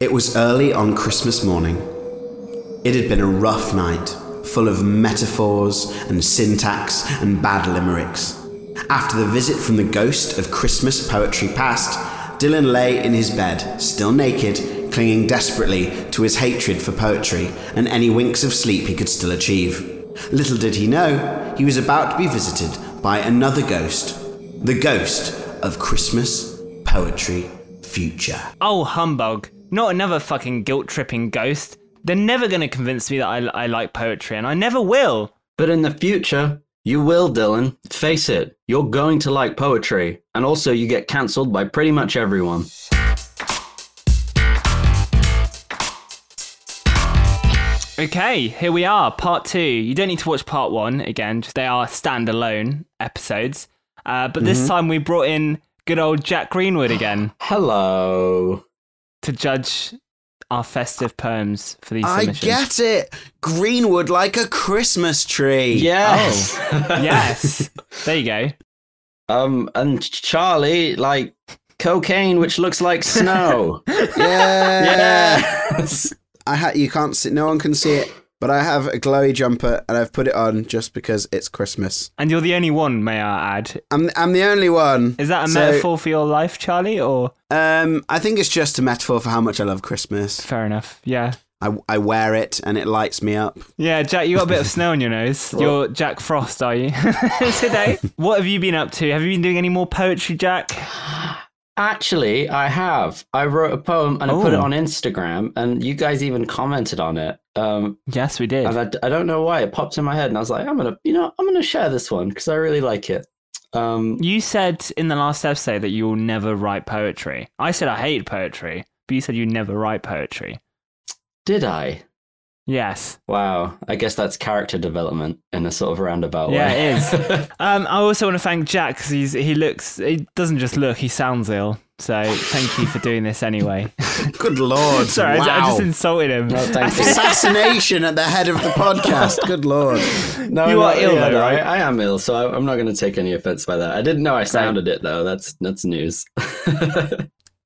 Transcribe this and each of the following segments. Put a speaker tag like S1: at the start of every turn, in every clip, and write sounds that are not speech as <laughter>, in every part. S1: It was early on Christmas morning. It had been a rough night, full of metaphors and syntax and bad limericks. After the visit from the ghost of Christmas poetry past, Dylan lay in his bed, still naked, clinging desperately to his hatred for poetry and any winks of sleep he could still achieve. Little did he know, he was about to be visited by another ghost, the ghost of Christmas poetry future.
S2: Oh, humbug. Not another fucking guilt tripping ghost. They're never going to convince me that I, I like poetry, and I never will.
S3: But in the future, you will, Dylan. Face it, you're going to like poetry, and also you get cancelled by pretty much everyone.
S2: Okay, here we are, part two. You don't need to watch part one again, just they are standalone episodes. Uh, but
S1: Mm-hmm.
S2: this time we brought in good old Jack Greenwood again
S3: Hello.
S2: to judge our festive poems for these
S1: I
S2: submissions.
S1: get it. Greenwood like a Christmas tree.
S3: Yes.
S2: Oh. yes. There you go.
S3: <laughs> Um, and Charlie, like cocaine, which looks like snow.
S1: Yeah.
S3: yes.
S1: I ha- you can't see no one can see it, but I have a glowy jumper and I've put it on just because it's Christmas.
S2: And you're the only one, may I add.
S1: I'm I'm the only one.
S2: Is that a
S1: So,
S2: metaphor for your life, Charlie? Or
S1: Um I think it's just a metaphor for how much I love Christmas.
S2: fair enough. Yeah.
S1: I I wear it and it lights me up.
S2: Yeah, Jack, you got a bit of <laughs> snow on your nose. You're Jack Frost, are you? <laughs> Today. What have you been up to? Have you been doing any more poetry, Jack?
S3: Actually, I have. I wrote a poem and I put it
S2: Oh.
S3: on Instagram, and you guys even commented on it. Um,
S2: Yes, we did.
S3: and I, I don't know why it popped in my head, and I was like, I'm gonna, you know, I'm gonna share this one because I really like it. Um,
S2: You said in the last episode that you'll never write poetry. I said I hate poetry, but you said you never write poetry.
S3: did I?
S2: Yes.
S3: Wow. I guess that's character development in a sort of roundabout
S2: Yeah,
S3: way.
S2: it
S3: is.
S2: <laughs> Um, I also want to thank Jack because he's he looks he doesn't just look he sounds ill. So thank you for doing this anyway. <laughs>
S1: Good lord.
S2: Sorry, I ju- I,
S1: wow.
S2: just insulted him. <laughs>
S3: No, thank you.
S1: Assassination at the head of the podcast. Good lord.
S3: No,
S2: You
S3: no,
S2: are ill
S3: yeah,
S2: though,
S3: no, I-
S2: right?
S3: I, am ill, so I, I'm not going to take any offense by that. I didn't know I sounded it though. That's that's news.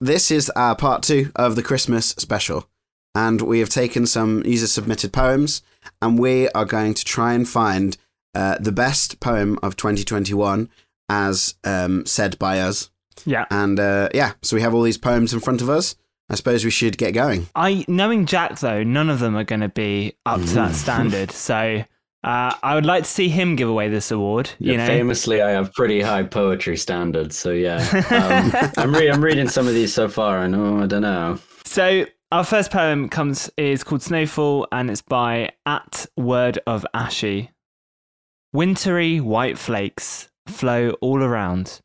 S1: This is our part two of the Christmas special, and we have taken some user submitted poems, and we are going to try and find uh, the best poem of 2021 as um, said by us.
S2: Yeah.
S1: And uh, yeah, so we have all these poems in front of us. I suppose we should get going.
S2: I knowing Jack though, none of them are going to be up to that standard. So uh, I would like to see him give away this award. <laughs> You
S3: <laughs> Yeah,
S2: know,
S3: famously, I have pretty high poetry standards,
S2: <laughs>
S3: so yeah. Um, I'm re- I'm reading some of these so far, and oh, I don't know.
S2: So our first poem comes is called Snowfall and it's by at word of ashy. Wintry white flakes flow all around,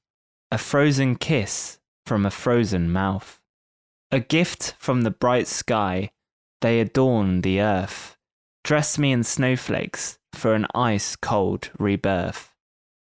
S2: a frozen kiss from a frozen mouth. A gift from the bright sky, they adorn the earth. Dress me in snowflakes for an ice cold rebirth.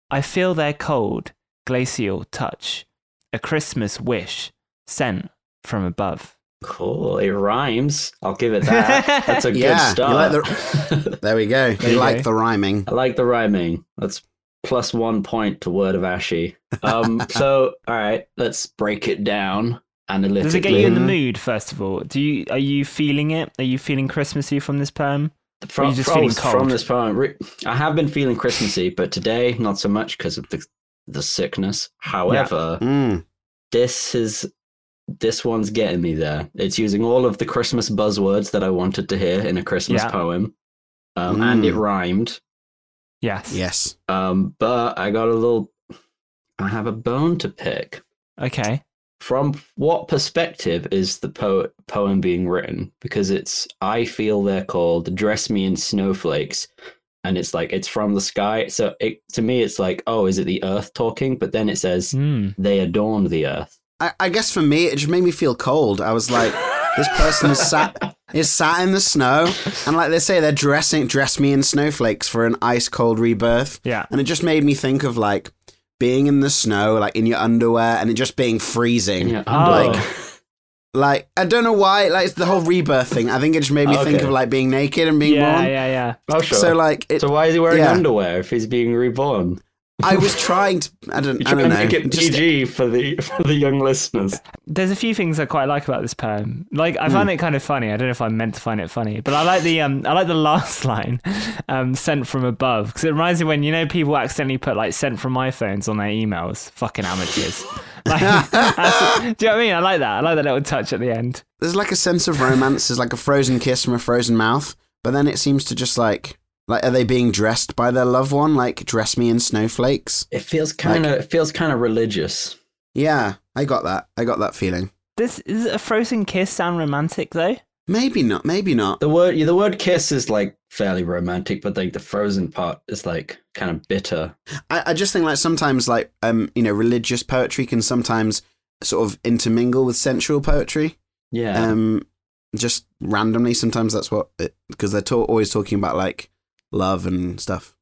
S2: I feel their cold, glacial touch, a Christmas wish sent from above.
S3: Cool, it rhymes. I'll give it
S2: <laughs>
S3: that. That's a
S1: Yeah,
S3: good
S1: you
S3: start. <laughs>
S1: like There we go.
S2: you
S1: They like
S2: go.
S1: the rhyming.
S3: I like the rhyming. That's plus one point to word of ashy.
S2: <laughs>
S3: Um, so all right, let's break it down analytically.
S2: Does it get you in the mood? First of all, do you are you feeling it? Are you feeling Christmassy from this poem? Or
S3: From,
S2: are you just
S3: from-
S2: feeling cold?
S3: from this poem, re- I have been feeling Christmassy, but today not so much because of the the sickness. However,
S1: Mm.
S3: this is this one's getting me there. It's using all of the Christmas buzzwords that I wanted to hear in a Christmas
S2: Yeah.
S3: poem, um, and it
S1: Mm.
S3: rhymed.
S2: Yes.
S1: Yes.
S3: Um, but I got a little. I have a bone to pick.
S2: Okay.
S3: From what perspective is the po- poem being written? Because it's I feel they're called dress me in snowflakes, and it's like it's from the sky. So it, to me, it's like oh, is it the earth talking? But then it says
S2: Hmm.
S3: they adorn the earth.
S1: I, I guess for me, it just made me feel cold. I was like, this person is sat is sat in the snow and like they say they're dressing dress me in snowflakes for an ice cold rebirth
S2: Yeah.
S1: and it just made me think of like being in the snow like in your underwear and it just being freezing
S3: <laughs> Yeah,
S2: Oh.
S3: like-
S1: like i don't know why like it's the whole rebirth thing i think it just made me think
S3: Okay.
S1: of like being naked and being
S2: yeah.
S1: warm
S2: Yeah. Yeah.
S3: oh, sure.
S1: so like it,
S3: So why is he wearing
S1: Yeah.
S3: underwear if he's being reborn?
S1: I was trying to. I don't. I
S3: trying
S1: don't
S3: to
S1: know.
S3: make it
S1: Just-
S3: PG for the <laughs> for the young listeners.
S2: There's a few things I quite like about this poem. Like I find it kind of funny. I don't know if I meant to find it funny, but I like the um I like the <laughs> last line, um sent from above because it reminds me when you know people accidentally put like sent from iPhones on their emails. Fucking amateurs. <laughs> like, that's- do you know what I mean? I like that. I like that little touch at the end.
S1: there's like a sense of romance. There's like a frozen kiss from a frozen mouth. But then it seems to just like like are they being dressed by their loved one? Like dress me in snowflakes.
S3: It feels kind of it feels kind of religious.
S1: Yeah, I got that. I got that feeling.
S2: This is a frozen kiss sound romantic though.
S1: Maybe not. Maybe not.
S3: The word yeah, the word kiss is like fairly romantic, but like the frozen part is like kind of bitter.
S1: I, I just think like sometimes like um you know religious poetry can sometimes sort of intermingle with sensual poetry.
S3: Yeah.
S1: um just randomly sometimes that's what because they're ta- always talking about like love and stuff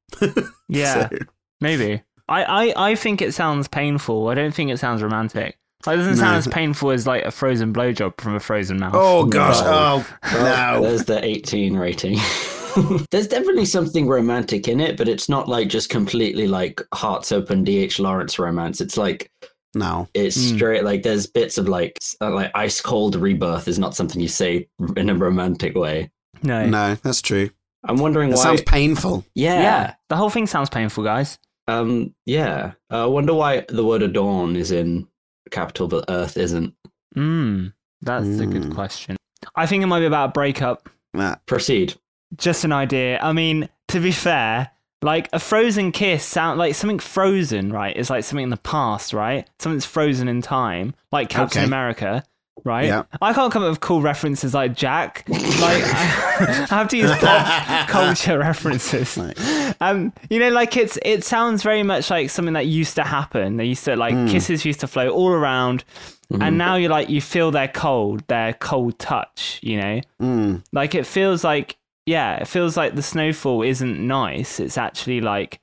S2: Yeah,
S1: So,
S2: maybe. I, I I think it sounds painful. I don't think it sounds romantic. Like, it doesn't
S1: No.
S2: sound as painful as like a frozen blowjob from a frozen mouth.
S1: <laughs> oh gosh
S3: No.
S1: oh
S3: Well,
S1: no <laughs>
S3: There's the 18 rating. <laughs> There's definitely something romantic in it, but it's not like just completely like hearts open DH Lawrence romance. It's like
S1: no
S3: it's
S2: Mm.
S3: straight like there's bits of like s- uh, like ice cold rebirth is not something you say in a romantic way.
S2: No.
S1: no that's true
S3: I'm wondering
S1: that
S3: why
S1: sounds painful
S3: yeah.
S2: Yeah. the whole thing sounds painful, guys.
S3: Um yeah. I wonder why the word adorn is in capital but earth isn't.
S2: Mm, that's a good
S1: Mm.
S2: question. I think it might be about a breakup.
S1: Nah.
S3: Proceed.
S2: Just an idea. I mean, to be fair, like a frozen kiss sound like something frozen, right? It's like something in the past, right? Something that's frozen in time, like Captain
S1: Okay.
S2: America, right?
S1: Yeah.
S2: I can't come up with cool references like Jack. Like I, I have to use pop culture references.
S1: Right.
S2: Um, you know, like it's it sounds very much like something that used to happen. They used to like kisses used to flow all around, and now you're like you feel their cold, their cold touch. You know,
S1: Mm.
S2: like it feels like yeah, it feels like the snowfall isn't nice. It's actually like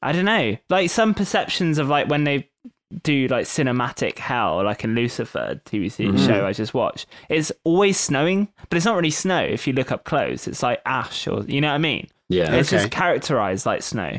S2: I don't know, like some perceptions of like when they do like cinematic hell, like in Lucifer TV
S1: Mm-hmm.
S2: show I just watched. It's always snowing, but it's not really snow if you look up close. It's like ash or you know what I mean.
S3: Yeah.
S2: It's just
S1: Okay.
S2: characterized like snow.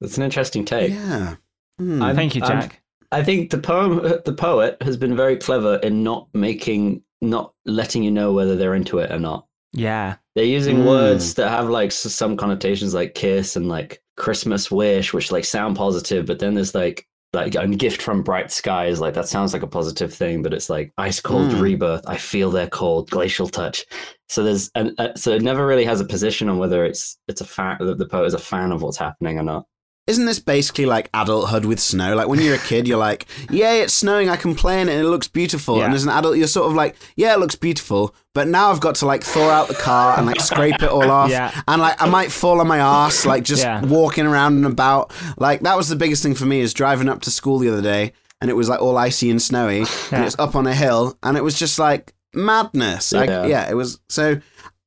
S3: That's an interesting take.
S1: yeah Mm.
S3: I'm-
S2: Thank you,
S3: I'm-
S2: Jack.
S3: I think the poem, <laughs> the poet, has been very clever in not making, not letting you know whether they're into it or not.
S2: yeah.
S3: They're using
S1: Mm.
S3: words that have like s- some connotations, like kiss and like Christmas wish, which like sound positive, but then there's like like and gift from bright skies, like that sounds like a positive thing, but it's like ice cold
S1: Mm.
S3: rebirth. I feel their cold glacial touch. So there's an uh, so it never really has a position on whether it's it's a fan that the poet is a fan of what's happening or not.
S1: Isn't this basically like adulthood with snow? Like when you're a kid, you're like, "Yay, it's snowing! I can play in it, and it looks beautiful."
S2: Yeah.
S1: And as an adult, you're sort of like, "Yeah, it looks beautiful," but now I've got to like thaw out the car and like scrape it all off, <laughs>
S2: Yeah.
S1: and like I might fall on my ass, like just
S2: Yeah.
S1: walking around and about. Like that was the biggest thing for me is driving up to school the other day, and it was like all icy and snowy,
S2: Yeah.
S1: and it's up on a hill, and it was just like madness. Like,
S3: Yeah.
S1: yeah, it was so.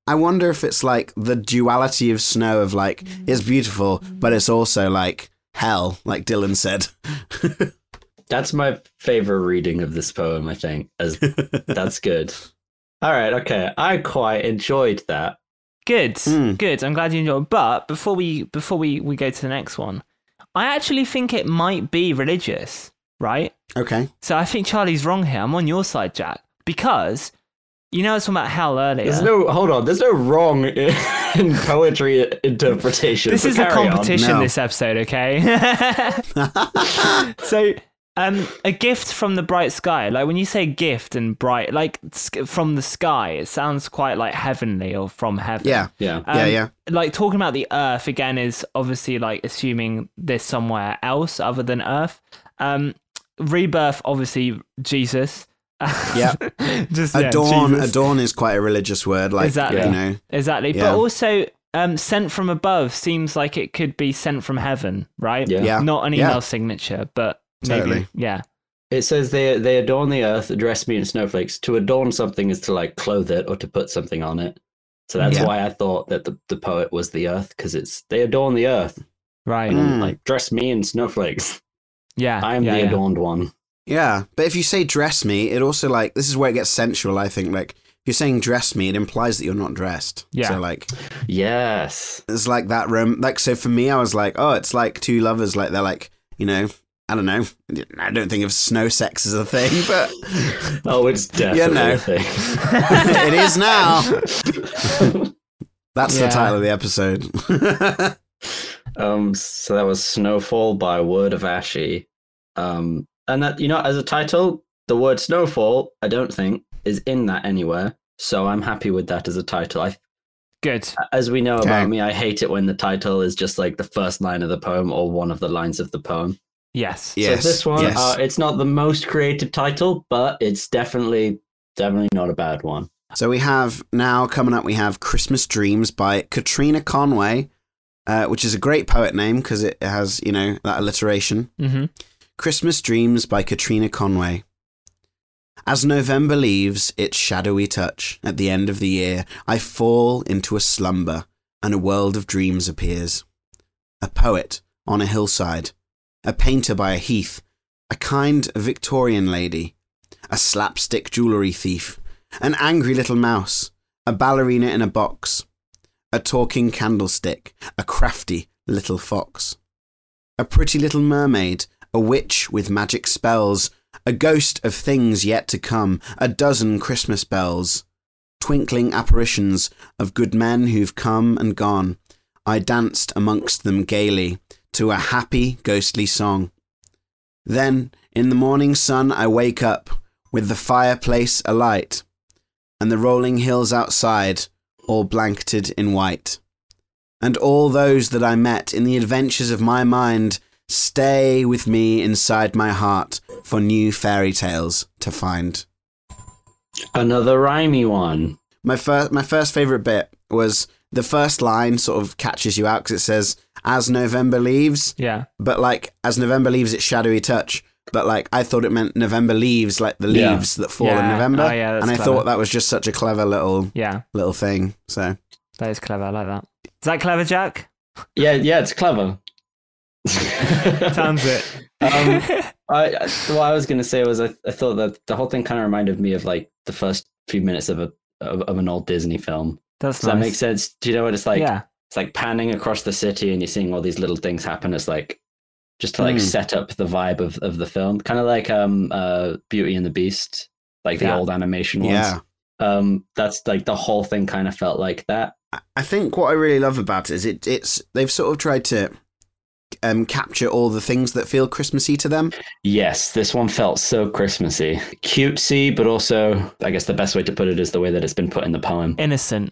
S1: I wonder if it's like the duality of snow of like
S2: Mm.
S1: it's beautiful, but it's also like hell, like Dylan said.
S3: That's my favorite reading of this poem, I think.
S2: <laughs>
S3: As that's good. All right, okay. I quite enjoyed that.
S2: Good.
S3: Hmm.
S1: Mm.
S2: Good. I'm glad you enjoyed. But before we before we, we go to the next one, I actually think it might be religious, right?
S1: Okay.
S2: So I think Charlie's wrong here. I'm on your side, Jack. Because you know I was talking about hell earlier.
S3: There's no hold on, there's no wrong <laughs> in, in poetry interpretation.
S2: this
S3: but
S2: is a
S3: carry on.
S2: competition
S1: No.
S2: this episode,
S3: <laughs>
S2: okay? so um a gift from the bright sky like when you say gift and bright like sk- from the sky it sounds quite like heavenly or from heaven
S1: Yeah.
S3: Yeah.
S2: Uh, Um,
S1: Yeah, yeah.
S2: Like talking about the Earth again is obviously like assuming there's somewhere else other than Earth. Um, rebirth, obviously Jesus.
S1: Yep.
S2: <laughs> just yeah,
S1: Adorn
S2: Jesus.
S1: adorn is quite a religious word, like
S2: Exactly.
S1: you know.
S2: exactly.
S1: Yeah.
S2: But also, um, sent from above seems like it could be sent from heaven, right?
S3: Yeah.
S1: Yeah.
S2: Not an
S1: Yeah.
S2: email signature, but maybe
S1: Totally.
S2: yeah.
S3: It says they they adorn the earth, dress me in snowflakes. To adorn something is to like clothe it or to put something on it. So that's
S1: Yeah.
S3: why I thought that the, the poet was the earth, because it's they adorn the earth.
S2: Right.
S3: And then,
S1: Mm.
S3: like dress me in snowflakes.
S2: Yeah.
S3: I am
S2: yeah,
S3: the
S2: yeah.
S3: adorned one.
S1: Yeah. But if you say dress me, it also like this is where it gets sensual, I think, like you're saying dress me, it implies that you're not dressed.
S2: Yeah.
S1: So like
S3: Yes.
S1: it's like that room. Like so for me, I was like, oh, it's like two lovers. Like they're like, you know, I don't know. I don't think of snow sex as a thing, but
S3: <laughs> Oh, it's
S1: <laughs> Yeah,
S3: definitely <laughs>
S1: no.
S3: a thing.
S1: it is now. That's
S2: Yeah.
S1: the title of the episode. <laughs>
S3: Um, so that was Snowfall by Word of Ashy. Um, and that you know, as a title, the word snowfall, I don't think, is in that anywhere. So I'm happy with that as a title. I,
S2: Good.
S3: as we know
S1: Okay.
S3: about me, I hate it when the title is just like the first line of the poem or one of the lines of the poem.
S2: Yes.
S1: yes.
S3: so this one,
S1: yes.
S3: uh, it's not the most creative title, but it's definitely, definitely not a bad one.
S1: So we have now coming up, we have Christmas Dreams by Katrina Conway, uh, which is a great poet name because it has, you know, that alliteration.
S2: Mm-hmm.
S1: Christmas Dreams by Katrina Conway. As November leaves its shadowy touch at the end of the year, I fall into a slumber and a world of dreams appears. A poet on a hillside, a painter by a heath, a kind Victorian lady, a slapstick jewellery thief, an angry little mouse, a ballerina in a box, a talking candlestick, a crafty little fox a pretty little mermaid, a witch with magic spells, a ghost of things yet to come, a dozen Christmas bells, twinkling apparitions of good men who've come and gone. I danced amongst them gaily to a happy ghostly song. Then, in the morning sun, I wake up with the fireplace alight and the rolling hills outside all blanketed in white and all those that I met in the adventures of my mind stay with me inside my heart for new fairy tales to find.
S3: Another rhymey one.
S1: My first, my first favorite bit was the first line sort of catches you out because it says, "As November leaves,"
S2: Yeah.
S1: but like as November leaves, its shadowy touch. But like I thought it meant November leaves, like the
S3: Yeah.
S1: leaves that fall in
S2: Yeah.
S1: November,
S2: Oh, yeah, that's
S1: and I
S2: clever.
S1: thought that was just such a clever little
S2: Yeah.
S1: little thing. So
S2: That is clever. I like that. Is that clever,
S3: <laughs>
S2: Jack?
S3: Yeah, yeah, it's clever.
S2: <laughs> Sounds it.
S3: <laughs> Um, I, I- what I was gonna say was I, I thought that the whole thing kind of reminded me of like the first few minutes of a of, of an old Disney film.
S2: <laughs> That's
S3: Does
S2: nice.
S3: that make sense? Do you know what it's like?
S2: yeah.
S3: It's like panning across the city and you're seeing all these little things happen. It's like just to like
S1: Hmm.
S3: set up the vibe of, of the film, kind of like um uh Beauty and the Beast, like the
S2: Yeah.
S3: old animation ones.
S1: yeah,
S3: Um, that's like the whole thing kind of felt like that.
S1: I think what I really love about it is it, it's they've sort of tried to um, capture all the things that feel Christmassy to them.
S3: Yes, this one felt so Christmassy, cutesy, but also I guess the best way to put it is the way that it's been put in the poem.
S2: Innocent.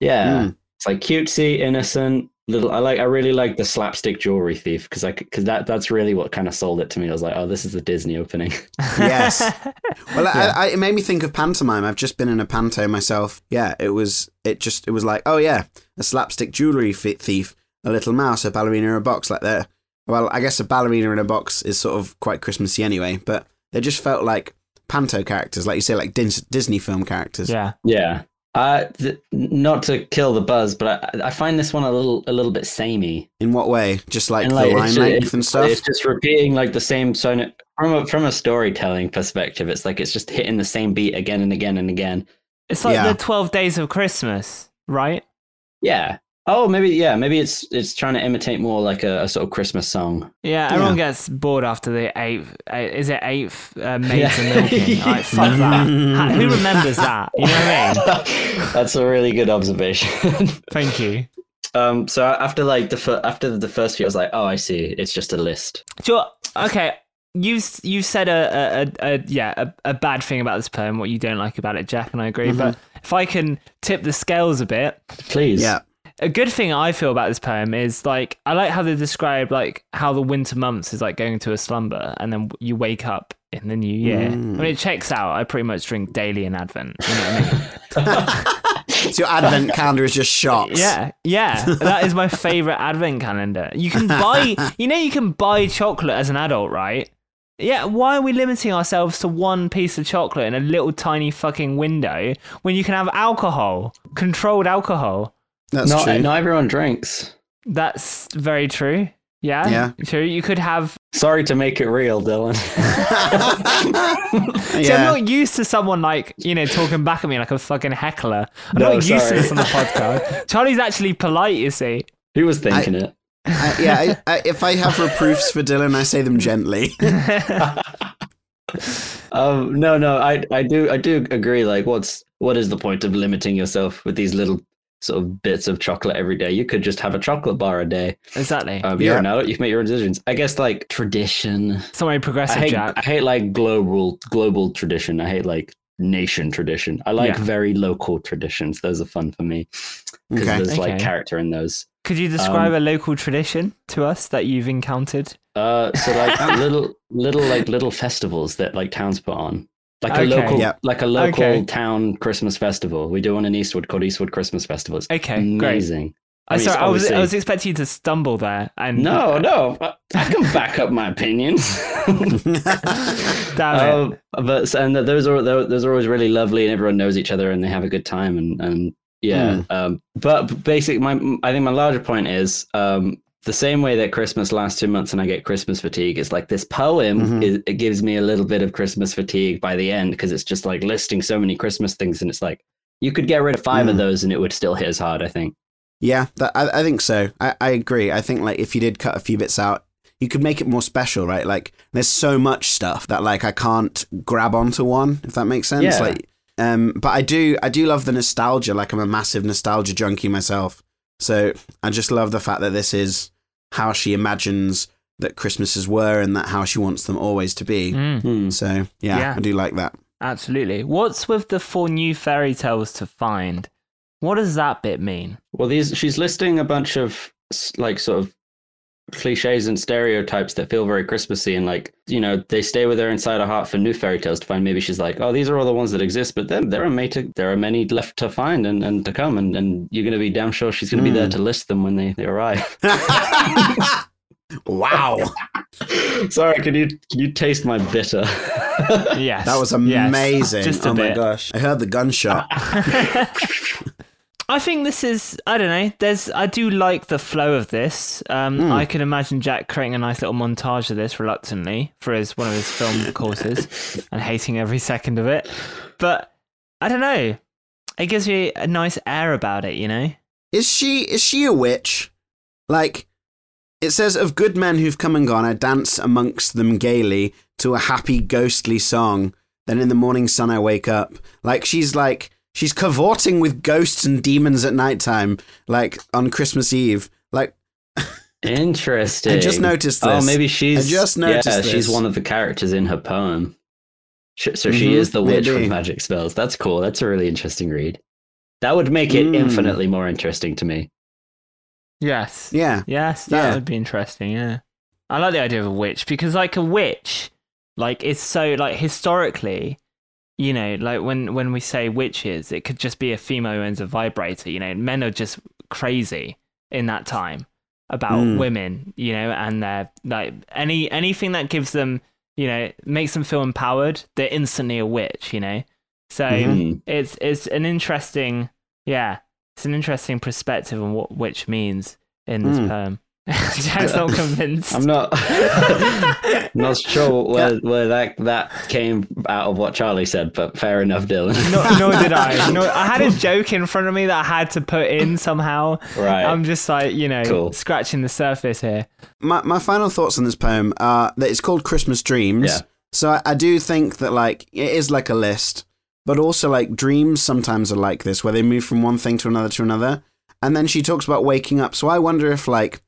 S3: Yeah.
S1: Mm.
S3: It's like cutesy, innocent, little. I like. I really like the slapstick jewelry thief because I because that that's really what kind of sold it to me. I was like, oh, this is the Disney opening. <laughs>
S2: <laughs>
S1: Yes. Hmm. Well,
S2: Yeah.
S1: I, I, it made me think of pantomime. I've just been in a panto myself. Yeah, it was it just it was like oh yeah, a slapstick jewelry fi- thief, a little mouse, a ballerina in a box like that. Well, I guess a ballerina in a box is sort of quite Christmassy anyway, but they just felt like panto characters, like you say, like Dis- Disney film characters.
S2: yeah.
S3: yeah. Uh, th- not to kill the buzz, but I, I find this one a little a little bit samey.
S1: In what way? Just like, the
S3: it's
S1: line
S3: ju-
S1: length
S3: it's-
S1: and stuff.
S3: It's just repeating like the same. So n- from a, from a storytelling perspective, it's like it's just hitting the same beat again and again and again.
S2: It's like
S1: Yeah.
S2: the 12 days of Christmas, right?
S3: Yeah. Oh, maybe yeah. Maybe it's it's trying to imitate more like a, a sort of Christmas
S1: <laughs>
S3: song.
S2: Yeah, everyone gets bored after the eighth. eight- Is it eighth uh, maids
S3: Yeah.
S2: and milking? Like, fuck that. Ha- Who remembers that? You know what I
S3: <laughs>
S2: mean?
S3: That's a really good observation. <laughs>
S2: Thank you.
S3: um, so after like the fir- after the first few, I was like, oh, I see. It's just a list.
S2: Do you- okay, you've s- you've said a, a, a, a yeah a, a bad thing about this poem. What you don't like about it, Jack, and I agree. But if I can tip the scales a bit,
S3: Please.
S1: yeah,
S2: a good thing I feel about this poem is like I like how they describe like how the winter months is like going into a slumber and then you wake up in the new year. I mean, it checks out. I pretty much drink daily in Advent. You know what I mean?
S1: so your
S2: <laughs>
S1: advent calendar is just shots.
S2: yeah, yeah. That is my favorite Advent calendar. You can buy, you know, you can buy chocolate as an adult, right? Yeah. Why are we limiting ourselves to one piece of chocolate in a little tiny fucking window when you can have alcohol, controlled alcohol?
S1: that's <laughs>
S3: Not
S1: true.
S3: not everyone drinks.
S2: That's very true. Yeah.
S1: Yeah.
S2: True. You could have
S3: Sorry to make it real, Dylan.
S2: See, I'm
S1: yeah.
S2: not used to someone like, you know, talking back at me like a fucking heckler. I'm
S3: No,
S2: not used to
S3: sorry.
S2: this on
S3: <laughs>
S2: the podcast. Charlie's actually polite, you see.
S3: <laughs> Who was thinking it?
S1: I, yeah I, I, if I have reproofs for Dylan, I say them
S2: <laughs>
S1: gently. <laughs>
S3: Um, no, no, I, I do, I do agree. Like, what's, what is the point of limiting yourself with these little sort of bits of chocolate every day? You could just have a chocolate bar a day.
S2: exactly.
S3: Um, you're
S1: Yeah.
S3: an adult. You can make your own decisions. I guess like tradition.
S2: Somebody
S3: I
S2: progressive,
S3: hate, I
S2: Jack.
S3: hate like global, global tradition. I hate like nation tradition. I like
S2: Yeah.
S3: very local traditions. Those are fun for me because
S1: Okay.
S3: there's like
S2: Okay.
S3: character in those.
S2: Could you describe
S3: um,
S2: a local tradition to us that you've encountered?
S3: Uh, so
S1: <laughs>
S3: like little, little like little festivals that like towns put on, like
S2: Okay.
S3: a local,
S1: Yep.
S3: like a local
S2: Okay.
S3: town Christmas festival. We do one in Eastwood called Eastwood Christmas Festival. It's
S2: Okay, great.
S3: amazing. I
S2: I,
S3: mean,
S2: sorry,
S3: it's
S2: I was I
S3: obviously-
S2: was expecting you to stumble there. And <laughs>
S3: No, no, I, I can back up my opinions. <laughs>
S2: damn it.
S3: um, but and th- those are tho- those are always really lovely, and everyone knows each other, and they have a good time, and and yeah.
S2: Hmm.
S3: Um, but basically, my I think my larger point is um, the same way that Christmas lasts two months and I get Christmas fatigue. It's like this poem
S2: Mm-hmm.
S1: Mhm.
S3: is, it gives me a little bit of Christmas fatigue by the end because it's just like listing so many Christmas things, and it's like you could get rid of five of
S2: Hmm.
S1: Mm.
S3: those, and it would still hit as hard. I think.
S1: yeah, that, I, I think so. I, I agree. I think like if you did cut a few bits out, you could make it more special, right? Like there's so much stuff that like I can't grab onto one, if that makes sense.
S3: Yeah.
S1: Like, um, but I do, I do love the nostalgia. Like I'm a massive nostalgia junkie myself, so I just love the fact that this is how she imagines that Christmases were and that how she wants them always to be.
S2: Mm,
S1: So yeah,
S2: Yeah.
S1: I do like that.
S2: absolutely. What's with the four new fairy tales to find? What does that bit
S3: <laughs>
S2: mean?
S3: Well, these she's listing a bunch of s- like sort of cliches and stereotypes that feel very Christmassy, and like you know they stay with her inside her heart for new fairy tales to find. Maybe she's like, oh, these are all the ones that exist, but then there are many to, there are many left to find and, and to come, and, and you're gonna be damn sure she's gonna be there
S1: Hmm.
S3: to list them when they, they arrive. <laughs>
S1: wow,
S3: Sorry, can you can you taste my bitter?
S2: Yes.
S1: that was
S2: yes,
S1: amazing.
S2: Just a
S1: oh my
S2: bit.
S1: gosh, I heard the gunshot.
S2: I think this is I don't know. There's I do like the flow of this. Um,
S1: Mm.
S2: I can imagine Jack creating a nice little montage of this reluctantly for his one of his film courses and hating every second of it. But I don't know. It gives me a nice air about it, you know.
S1: Is she is she a witch? Like it says of good men who've come and gone, I dance amongst them gaily to a happy ghostly song. Then in the morning sun I wake up. Like she's like she's cavorting with ghosts and demons at nighttime, like on Christmas Eve. Like
S3: Interesting.
S1: I just noticed
S3: Oh,
S1: this.
S3: maybe she's
S1: just noticed
S3: yeah,
S1: this.
S3: she's one of the characters in her poem. Sh- So she is
S1: Mhm,
S3: the witch
S1: maybe.
S3: with magic spells. That's cool. That's a really interesting read. That would make it
S1: Mm.
S3: infinitely more interesting to me.
S2: Yes.
S1: Yeah.
S2: Yes, that
S1: Yeah.
S2: would be interesting. Yeah, I like the idea of a witch because, like, a witch, like, it's so like historically, you know, like when when we say witches, it could just be a female who owns a vibrator. You know, men are just crazy in that time about
S1: Mm.
S2: women. You know, and their like any anything that gives them, you know, makes them feel empowered. They're instantly a witch. You know, so
S3: Mhm.
S2: it's it's an interesting yeah it's an interesting perspective on what which means in this
S1: Hmm.
S2: poem <laughs> jack's not convinced <laughs>
S3: <laughs>
S1: <laughs>
S3: I'm not <laughs> not sure where, where that that came out of what Charlie said, but fair enough, Dylan.
S2: nor, nor did i nor, i had a joke in front of me that i had to put in somehow
S3: <laughs> right.
S2: i'm just like you know
S3: Cool.
S2: scratching the surface here
S1: My my final thoughts on this poem are that it's called Christmas Dreams.
S3: Yeah.
S1: So I, I do think that like it is like a list, but also like dreams sometimes are like this, where they move from one thing to another to another. And then she talks about waking up. So I wonder if like,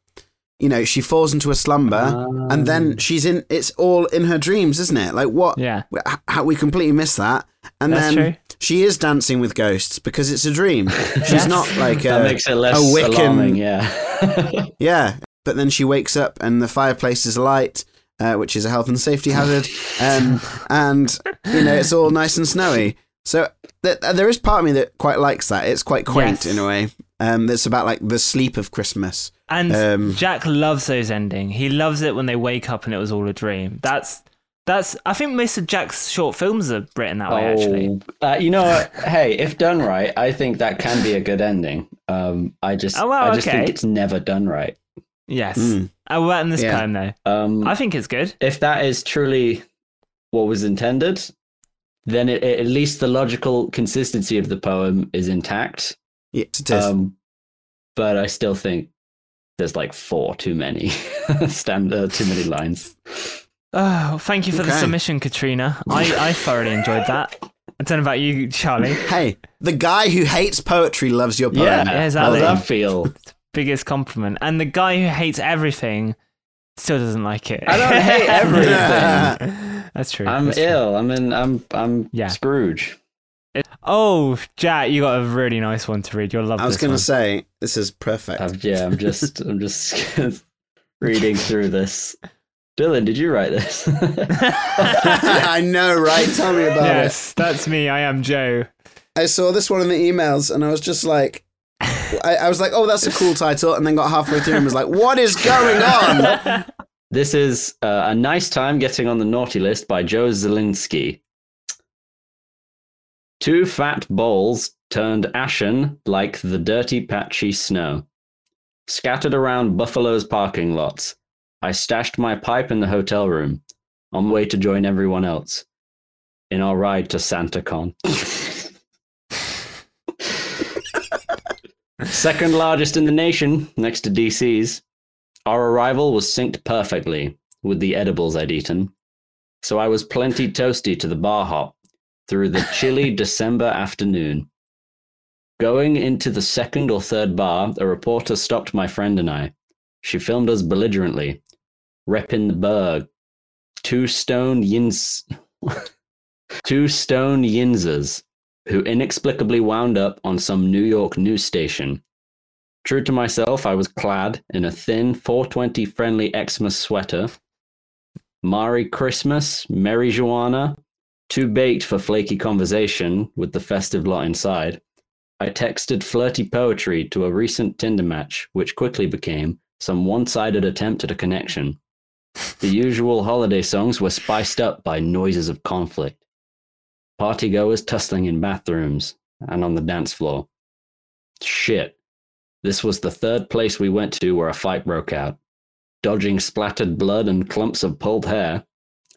S1: you know, she falls into a slumber and
S3: Ah.
S1: then she's in. It's all in her dreams, isn't it? Like what?
S2: yeah
S1: we- h- How we completely miss that. And then
S2: That's true.
S1: she is dancing with ghosts because it's a
S3: <laughs>
S1: dream. She's
S2: Yes.
S1: not like
S3: that
S1: a-
S3: makes it less
S1: uh, a Wiccan- <laughs>
S3: alarming. Yeah.
S1: yeah, but then she wakes up and the fireplace is alight, uh, which is a health and safety hazard,
S2: <laughs>
S1: um, and you know it's all nice and snowy. So th- th- there is part of me that quite likes that. It's quite quaint
S2: Yes.
S1: in a way. Um, it's about like the sleep of Christmas.
S2: and
S1: Um,
S2: jack loves those ending he loves it when they wake up and it was all a dream that's that's i think most of jack's short films are written
S1: Oh.
S3: <laughs>
S2: that way actually
S3: Uh, you know what? Hey, if done right, I think that can be a good ending. Um, I just,
S2: Oh, wow,
S3: I just
S2: okay.
S3: think it's never done right.
S2: Yes.
S3: Hmm.
S1: Mm.
S2: Oh, well, in this
S1: Yeah.
S2: poem, though,
S3: Um,
S2: I think it's good.
S3: if that is truly what was intended, then it, it- at least the logical consistency of the poem is intact.
S1: Yeah, it is.
S3: Um, but I still think there's like four too many <laughs> standard, too many
S1: <laughs>
S3: lines.
S2: Oh, thank you for the
S1: Okay.
S2: submission, Katrina. I, I thoroughly enjoyed that. I don't know about you, Charlie.
S1: hey, the guy who hates poetry loves your poem.
S2: Yeah,
S3: uh, how
S2: exactly.
S3: does that feel?
S2: Biggest compliment. And the guy who hates everything still doesn't like it.
S3: I don't
S2: <laughs>
S3: hate
S1: everything.
S2: That's true.
S3: I'm
S2: that's true.
S3: ill. I'm in. I'm. I'm
S2: Yeah.
S3: Scrooge.
S2: Oh, Jack, you got a really nice one to read. You'll love
S1: I was
S2: this
S1: going
S2: one. Um,
S1: to say, this is perfect.
S3: I'm, yeah, I'm just I'm just <laughs> reading through this. Dylan, did you
S2: <laughs>
S3: write
S1: <laughs>
S3: this? <laughs>
S1: I know, right? Tell me about it.
S2: yes, that's me. I am Joe.
S1: I saw this one in the emails and I was just like, I, I was like, oh, that's a cool title. And then got halfway through and was like, what is going on? <laughs>
S3: this is uh, a nice time getting on the naughty list by Joe Zielinski. Two fat balls turned ashen like the dirty patchy snow. Scattered around Buffalo's parking lots, I stashed my pipe in the hotel room, on the way to join everyone else in our ride to SantaCon. Second largest in the nation, next to DC's. Our arrival was synced perfectly with the edibles I'd eaten, so I was plenty toasty to the bar hop through the chilly December afternoon. Going into the second or third bar, a reporter stopped my friend and I. She filmed us belligerently, reppin' the burg, two stone yins, <laughs> two stone yinzers, who inexplicably wound up on some New York news station. True to myself, I was clad in a thin 420 friendly Xmas sweater. Merry Christmas, Merry Joanna. Too baked for flaky conversation with the festive lot inside. I texted flirty poetry to a recent Tinder match, which quickly became some one sided attempt at a connection. The usual holiday songs were spiced up by noises of conflict. Partygoers tussling in bathrooms and on the dance floor. Shit. This was the third place we went to where a fight broke out. Dodging splattered blood and clumps of pulled hair,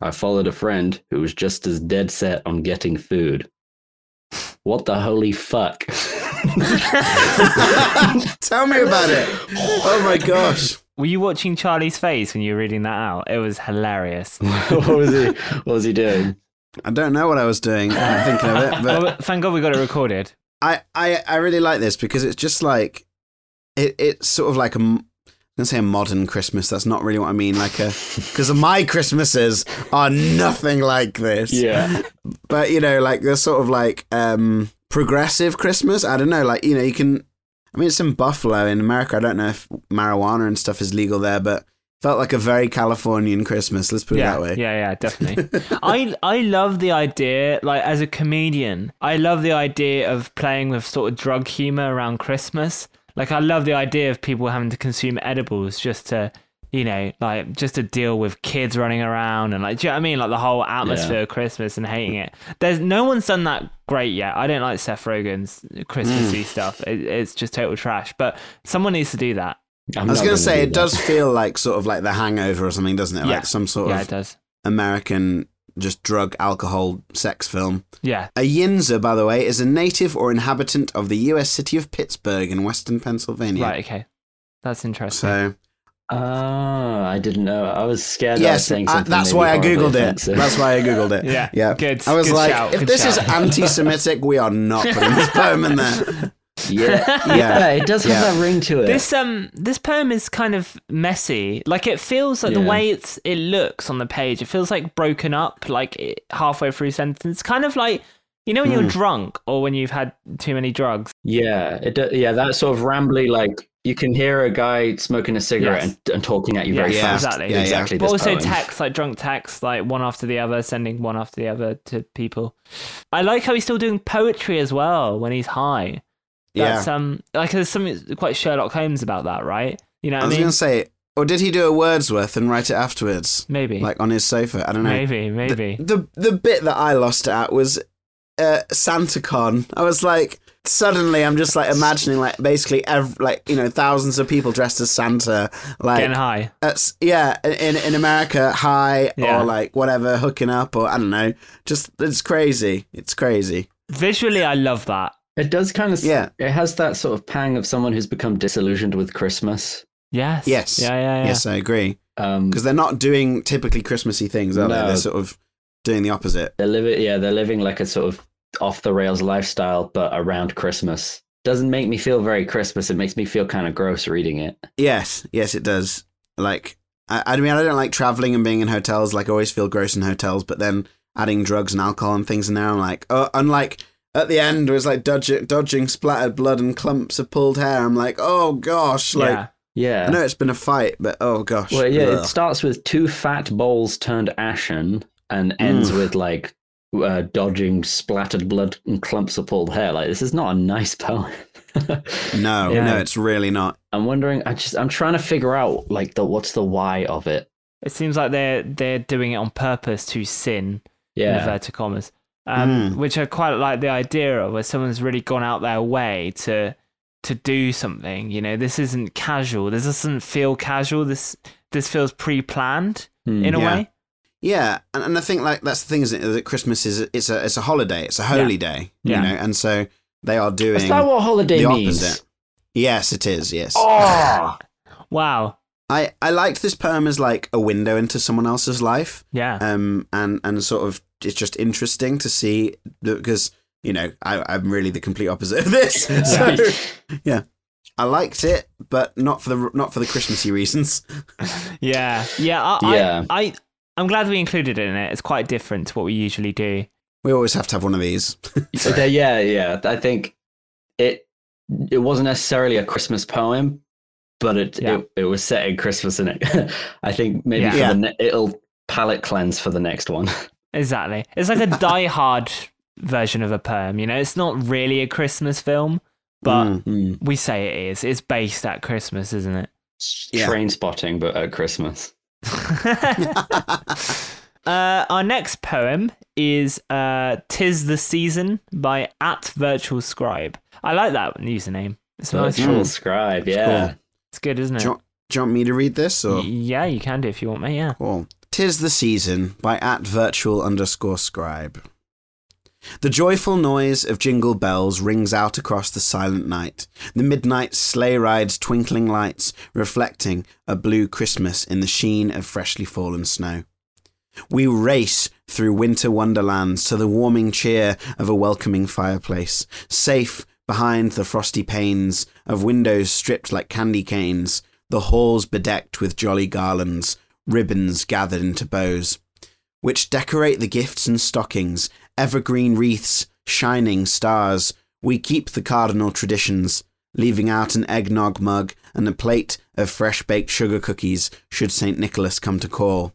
S3: I followed a friend who was just as dead set on getting food. What the holy fuck? <laughs>
S1: Tell me about it. Oh my gosh.
S2: Were you watching Charlie's face when you were reading that out? It
S1: <laughs>
S2: was hilarious.
S3: what was he? What was he doing?
S1: I don't know what I was doing. I'm thinking of it, but
S2: Well, thank God we got it recorded.
S1: I, I, I really like this because it's just like it, it's sort of like a m- I'm gonna say a modern Christmas. That's not really what I mean. Like a because my Christmases are nothing like this.
S3: Yeah,
S1: But you know, like they're sort of like um progressive Christmas. I don't know. Like you know, you can. I mean, it's in Buffalo in America. I don't know if marijuana and stuff is legal there, but felt like a very Californian Christmas. Let's put
S2: yeah,
S1: it that way.
S2: yeah, yeah, definitely.
S1: <laughs>
S2: I I love the idea, like as a comedian, I love the idea of playing with sort of drug humor around Christmas. Like I love the idea of people having to consume edibles just to, you know, like just to deal with kids running around and like, do you know what I mean? Like the whole atmosphere of Christmas and hating it. There's no one's done that great yet. I don't like Seth Rogen's Christmassy
S1: Mm.
S2: stuff. It, it's just total trash. But someone needs to do that.
S1: I was gonna say it does feel like sort of like the Hangover or something, doesn't it?
S2: Yeah.
S1: Like some sort
S2: Yeah,
S1: of
S2: it does.
S1: American just drug, alcohol, sex film.
S2: Yeah,
S1: A yinzer, by the way, is a native or inhabitant of the U.S. city of Pittsburgh in Western Pennsylvania.
S2: right. Okay, that's interesting.
S1: So
S3: Ah, I didn't know. I was scared. I was
S1: yes,
S3: saying
S1: I-
S3: something
S1: that's
S3: maybe
S1: why I
S3: horribly
S1: googled
S3: offensive.
S1: it. That's why I googled it.
S2: <laughs> Yeah.
S1: yeah.
S2: Good.
S1: I was
S2: good
S1: like,
S2: shout,
S1: if
S2: good
S1: this is
S2: shout.
S1: anti-Semitic, we are not putting
S3: <laughs>
S1: this poem in there.
S3: <laughs> Yeah,
S1: <laughs> Yeah.
S3: yeah, it does have
S1: Yeah.
S3: that ring to it.
S2: This um this poem is kind of messy. Like it feels like the
S3: Yeah.
S2: way it's it looks on the page. It feels like broken up, like it, halfway through sentence. Kind of like you know when
S1: Hmm.
S2: you're drunk or when you've had too many drugs.
S3: Yeah, it do, yeah, that sort of rambly, like you can hear a guy smoking a cigarette
S2: Yes.
S3: and, and talking at you very
S1: Yeah,
S3: fast.
S2: exactly.
S1: Yeah, yeah.
S3: exactly.
S2: But
S3: this
S2: also
S3: poem.
S2: texts, like drunk texts, like one after the other, sending one after the other to people. I like how he's still doing poetry as well when he's high.
S1: Yeah,
S2: That's um like there's something quite Sherlock Holmes about that, right? You know
S1: I
S2: what I,
S1: was
S2: mean?
S1: gonna say, or did he do a Wordsworth and write it afterwards,
S2: Maybe.
S1: like on his sofa? I don't know.
S2: maybe, maybe.
S1: The the bit that I lost at was uh, SantaCon. I was like, suddenly I'm just like imagining like basically ev- like you know thousands of people dressed as Santa like
S2: Getting high.
S1: that's yeah in in America high
S2: Yeah.
S1: or like whatever hooking up or I don't know just it's crazy it's crazy
S2: Visually, I love that.
S3: It does kind of,
S1: Yeah.
S3: It has that sort of pang of someone who's become disillusioned with Christmas.
S2: Yes.
S1: Yes.
S2: Yeah, yeah, yeah.
S1: yes I agree
S3: Um,
S1: because they're not doing typically Christmassy things are they
S3: No.
S1: they're sort of doing the opposite
S3: they're living, yeah, they're living like a sort of off the rails lifestyle, but around Christmas. Doesn't make me feel very Christmas. It makes me feel kind of gross reading it.
S1: yes yes it does like I, I mean I don't like traveling and being in hotels like I always feel gross in hotels but then adding drugs and alcohol and things in there I'm like oh unlike at the end it was like dodging, dodging splattered blood and clumps of pulled hair I'm like oh gosh like
S2: yeah.
S3: Yeah.
S1: I know it's been a fight, but oh gosh.
S3: Well, yeah,
S1: Ugh.
S3: it starts with two fat bowls turned ashen and ends
S1: Oof.
S3: with like uh, dodging splattered blood and clumps of pulled hair. Like, this is not a nice <laughs> poem.
S1: no,
S2: Yeah.
S1: no, it's really not.
S3: I'm wondering, I just, I'm trying to figure out like the, what's the why of it.
S2: It seems like they're they're doing it on purpose to sin. in
S3: Yeah.
S2: inverted commas,
S1: Hmm.
S2: um, which I quite like the idea of, where someone's really gone out their way to to do something. You know, this isn't casual. This doesn't feel casual. This this feels pre-planned
S3: Hmm.
S2: in a
S1: Yeah.
S2: way.
S1: Yeah, and, and I think like that's the thing isn't it, that Christmas is it's a it's a holiday, it's a holy day,
S2: Yeah.
S1: you know, and so they are doing.
S3: Is that what holiday
S1: the
S3: means?
S1: opposite. yes, it is. Yes, <laughs>
S3: Oh,
S2: Wow.
S1: I I liked this poem as like a window into someone else's life.
S2: Yeah.
S1: um, and and sort of it's just interesting to see because you know I, I'm really the complete opposite of this. So yeah, I liked it, but not for the not for the Christmassy reasons.
S2: yeah. Yeah. I,
S3: Yeah.
S2: I, I I'm glad we included it in it. It's quite different to what we usually do.
S1: We always have to have one of these.
S3: Okay, yeah, yeah. I think it it wasn't necessarily a Christmas poem, but it
S2: Yeah.
S3: it, it was set in Christmas, and it. <laughs> I think maybe
S2: Yeah.
S3: for
S1: Yeah.
S3: the ne- it'll palate cleanse for the next one. <laughs>
S2: Exactly.
S1: <laughs>
S2: It's like a die-hard version of a perm. You know, it's not really a Christmas film, but
S1: Mm.
S2: we say it is. It's based at Christmas, isn't it?
S1: Yeah.
S3: Train spotting, but at Christmas.
S2: uh, our next poem is uh, "Tis the Season" by at Virtual Scribe. I like that username. It's a nice.
S3: Virtual
S1: Mm.
S3: scribe, yeah.
S2: It's good, isn't it?
S1: Do you want- do you want me to read this or?
S2: Y- yeah, you can do if you want, mate. Yeah.
S1: Cool. Tis the season by at virtual underscore scribe. The joyful noise of jingle bells rings out across the silent night, the midnight sleigh rides twinkling lights reflecting a blue Christmas in the sheen of freshly fallen snow. We race through winter wonderlands to the warming cheer of a welcoming fireplace, safe behind the frosty panes of windows stripped like candy canes, the halls bedecked with jolly garlands, ribbons gathered into bows, which decorate the gifts and stockings, evergreen wreaths, shining stars. We keep the cardinal traditions, leaving out an eggnog mug and a plate of fresh baked sugar cookies should St. Nicholas come to call.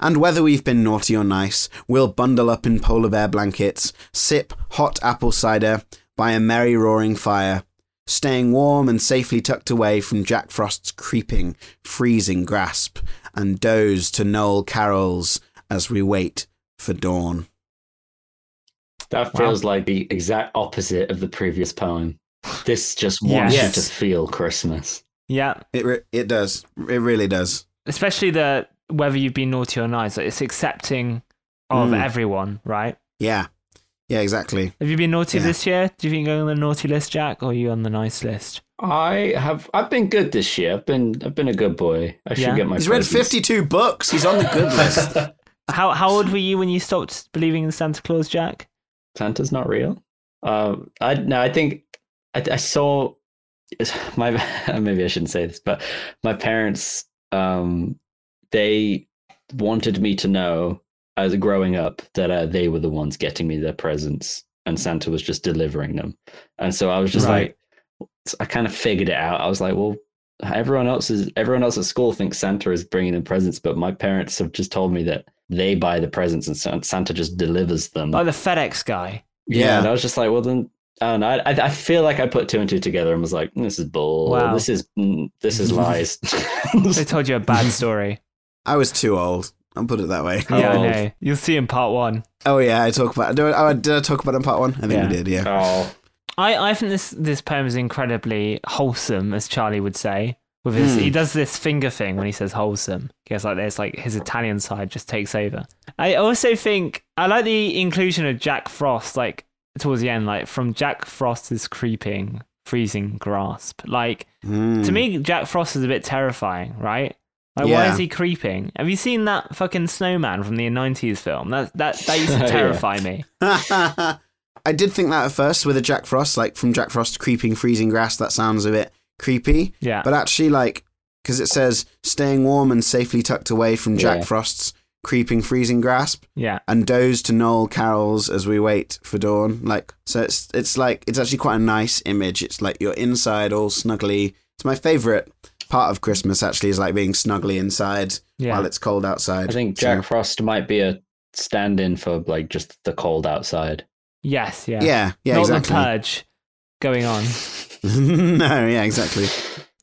S1: And whether we've been naughty or nice, we'll bundle up in polar bear blankets, sip hot apple cider by a merry roaring fire, staying warm and safely tucked away from Jack Frost's creeping, freezing grasp, and doze to Noel carols as we wait for dawn.
S3: That
S2: Wow.
S3: feels like the exact opposite of the previous poem. This just
S2: Yes.
S3: wants
S1: Yes.
S3: you to feel Christmas.
S2: Yeah.
S1: It re- it does. It really does.
S2: Especially the whether you've been naughty or nice. Like, it's accepting of
S1: Mm.
S2: everyone, right?
S1: Yeah. Yeah, exactly.
S2: Have you been naughty
S1: Yeah.
S2: this year? Do you think you're on the naughty list, Jack, or are you on the nice list?
S3: I have I've been good this year. I've been I've been a good boy. I
S2: Yeah.
S3: should get my
S1: He's read
S3: presents.
S1: 52 books. He's on the good list.
S3: <laughs>
S2: How how old were you when you stopped believing in Santa Claus, Jack?
S3: Santa's not real. Um, I no, I think I, I saw <laughs> my maybe I shouldn't say this, but my parents um they wanted me to know as growing up that uh, they were the ones getting me their presents and Santa was just delivering them, and so I was just
S2: Right.
S3: like, I kind of figured it out. I was like, well. Everyone else is everyone else at school thinks Santa is bringing them presents, but my parents have just told me that they buy the presents and San- Santa just delivers them.
S2: Like the FedEx guy.
S3: Yeah,
S1: Yeah.
S3: and I was just like, well, then I don't know. I, I- I feel like I put two and two together and was like, this is bull.
S2: Wow.
S3: This is mm, this is lies.
S2: They told you a <laughs> bad story.
S1: I was too old. I'll put it that way.
S2: yeah, I
S3: old?
S2: know. You'll see in part one.
S1: Oh yeah, I talk about. Did I, oh, did I talk about it in part one? I think
S3: Yeah.
S1: we did. Yeah.
S3: <laughs> oh,
S2: I, I think this this poem is incredibly wholesome, as Charlie would say. With his, he does this finger thing when he says wholesome. Goes like this, like his Italian side just takes over. I also think I like the inclusion of Jack Frost, like towards the end, like from Jack Frost's creeping, freezing grasp. Like to me, Jack Frost is a bit terrifying, right? Like, why
S1: Hmm. Yeah.
S2: is he creeping? Have you seen that fucking snowman from the '90s film? That that
S1: <laughs>
S2: that used to
S3: Yeah.
S2: terrify me.
S1: Hmm. I did think that at first with a Jack Frost, like from Jack Frost creeping freezing grass, that sounds a bit creepy.
S2: Yeah,
S1: But actually, like, because it says staying warm and safely tucked away from Jack
S3: Yeah.
S1: Frost's creeping freezing grasp,
S2: yeah,
S1: and doze to Noel carols as we wait for dawn. Like, so it's it's like it's actually quite a nice image. It's like you're inside, all snuggly. It's my favorite part of Christmas. Actually, is like being snuggly inside
S2: yeah.
S1: while it's cold outside.
S3: I think
S1: So-
S3: Jack Frost might be a stand-in for like just the cold outside.
S2: yes, yeah.
S1: yeah, yeah,
S2: Not the
S1: exactly.
S2: purge going on.
S1: <laughs> no, yeah, exactly.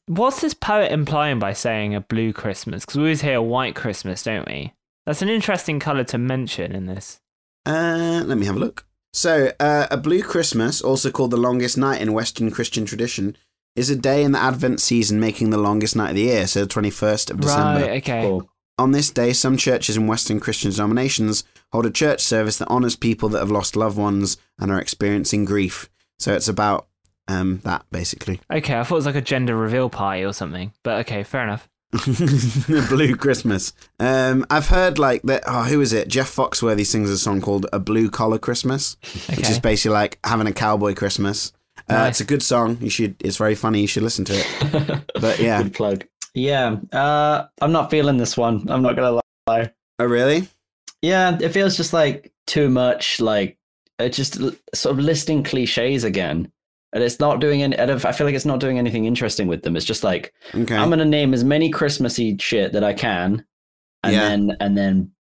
S2: What's this poet implying by saying a blue Christmas? Because we always hear white Christmas, don't we? That's an interesting color to mention in this.
S1: Uh, let me have a look. So, uh, a blue Christmas, also called the longest night in Western Christian tradition, is a day in the Advent season making the longest night of the year, so the 21st of December.
S2: Right. Okay.
S3: Or <laughs>
S1: On this day, some churches in Western Christian denominations hold a church service that honors people that have lost loved ones and are experiencing grief. So it's about um, that, basically.
S2: Okay. I thought it was like a gender reveal party or something. But okay, fair enough.
S1: <laughs> Blue Christmas. Um, I've heard like that. Oh, who is it? Jeff Foxworthy sings a song called "A Blue Collar Christmas," which
S2: Okay.
S1: is basically like having a cowboy Christmas. Uh,
S2: Nice.
S1: It's a good song. You should. It's very funny. You should listen to it. But
S3: <laughs>
S1: yeah.
S3: Good plug. Yeah, uh, I'm not feeling this one. I'm not gonna lie.
S1: Oh, really?
S3: Yeah, it feels just like too much. Like it's just l- sort of listing cliches again, and it's not doing any. I, don't, I feel like it's not doing anything interesting with them. It's just like
S1: Okay.
S3: I'm gonna name as many Christmassy shit that I can, and
S1: Yeah.
S3: then and then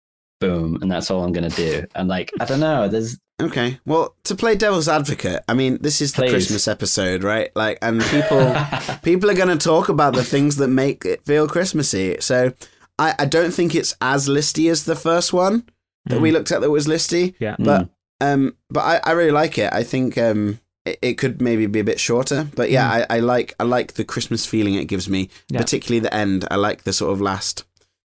S3: boom, and that's all I'm gonna do. And like I don't
S1: <laughs>
S3: know, there's
S1: Okay. Well, to play devil's advocate, I mean, this is the
S3: Please.
S1: Christmas episode, right? Like, and people.
S3: <laughs>
S1: people are going to talk about the things that make it feel Christmassy. So I, I don't think it's as listy as the first one that we looked at that was listy.
S2: Yeah.
S3: hmm.
S1: But um, but I, I really like it. I think um, it, it could maybe be a bit shorter. But yeah, I, I like I like the Christmas feeling it gives me,
S2: Hmm. Yeah.
S1: particularly the end. I like the sort of last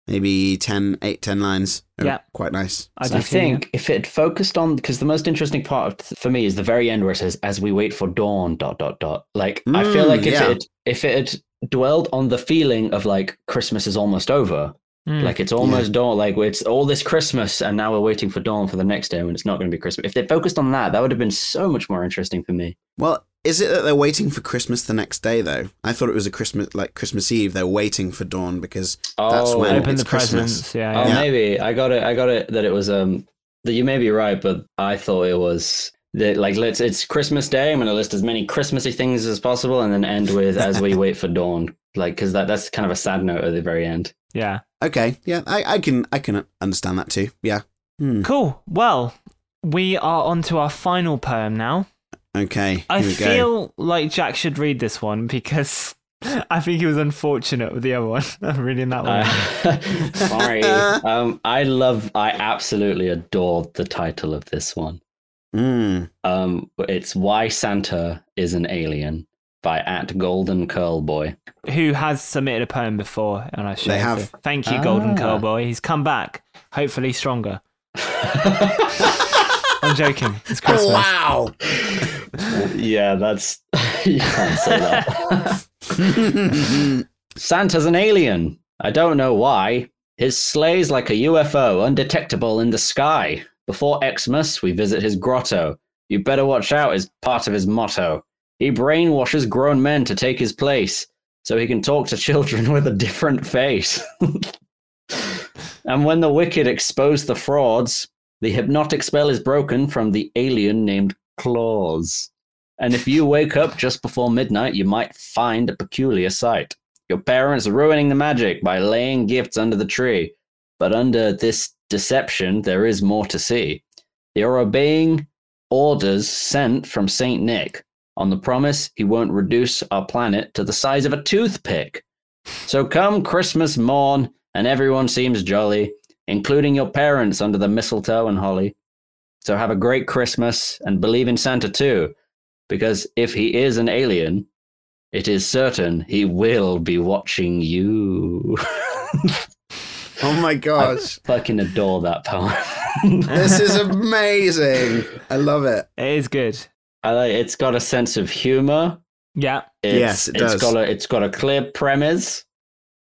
S1: maybe 10, 8, 10 lines. They're
S2: Yeah.
S1: Quite nice.
S2: I,
S3: I
S2: do see
S3: think if it focused on because the most interesting part of, for me is the very end where it says "as we wait for dawn." Dot dot dot. Like I feel
S1: Mm,
S3: like if
S1: yeah.
S3: it if it had dwelled on the feeling of like Christmas is almost over,
S2: that. Mm.
S3: like it's almost dawn, like it's all this Christmas, and now we're waiting for dawn for the next day when it's not going to be Christmas. If they focused on that, that would have been so much more interesting for me.
S1: Well, is it that they're waiting for Christmas the next day though? I thought it was a Christmas like Christmas Eve. They're waiting for dawn because That's
S3: oh,
S1: when
S2: open
S1: it's
S2: the
S1: Christmas.
S2: presents. Yeah.
S3: Oh,
S2: yeah.
S3: maybe I got it. I got it that it was um that you may be right, but I thought it was that like let's it's Christmas Day. I'm gonna list as many Christmassy things as possible, and then end with as we wait for dawn, like because that that's kind of a sad note at the very end.
S2: yeah.
S1: Okay, yeah, I, I can I can understand that too. Yeah. Hmm.
S2: Cool. Well, we are on to our final poem now.
S1: Okay.
S2: I
S1: here we go.
S2: feel like Jack should read this one because <laughs> I think he was unfortunate with the other one. <laughs> I'm reading that one.
S3: Uh, <laughs> sorry, um, I love, I absolutely adored the title of this one.
S1: Hmm.
S3: Um, it's why Santa is an alien by at Golden Curl Boy.
S2: Who has submitted a poem before and I should
S1: They have.
S2: Thank you, Golden
S3: Ah.
S2: Curl Boy. He's come back, hopefully
S1: <laughs>
S2: stronger. I'm joking. It's Christmas.
S1: <laughs> Wow.
S3: yeah, that's <laughs> you can't say that.
S1: Oh
S3: Santa's an alien. I don't know why. His sleigh's like a UFO, undetectable in the sky. Before Xmas, we visit his grotto. You better watch out is part of his motto. He brainwashes grown men to take his place, so he can talk to children <laughs> with a different face. <laughs> and when the wicked expose the frauds, the hypnotic spell is broken from the alien named Claus. And if you wake up just before midnight, you might find a peculiar sight. Your parents are ruining the magic by laying gifts under the tree. But under this deception, there is more to see. You're obeying orders sent from St. Nick on the promise he won't reduce our planet to the size of a toothpick. So come Christmas morn, and everyone seems jolly, including your parents under the mistletoe and holly. So have a great Christmas and believe in Santa too. Because if he is an alien, it is certain he will be watching you. <laughs>
S1: Oh my gosh.
S3: Fucking adore that poem.
S1: this is amazing. I love it.
S2: <laughs> It is good.
S3: <laughs> I like, it's got a sense of humor.
S2: Yeah,
S3: It's,
S1: Yes, it does.
S3: It's got a it's got a clear premise.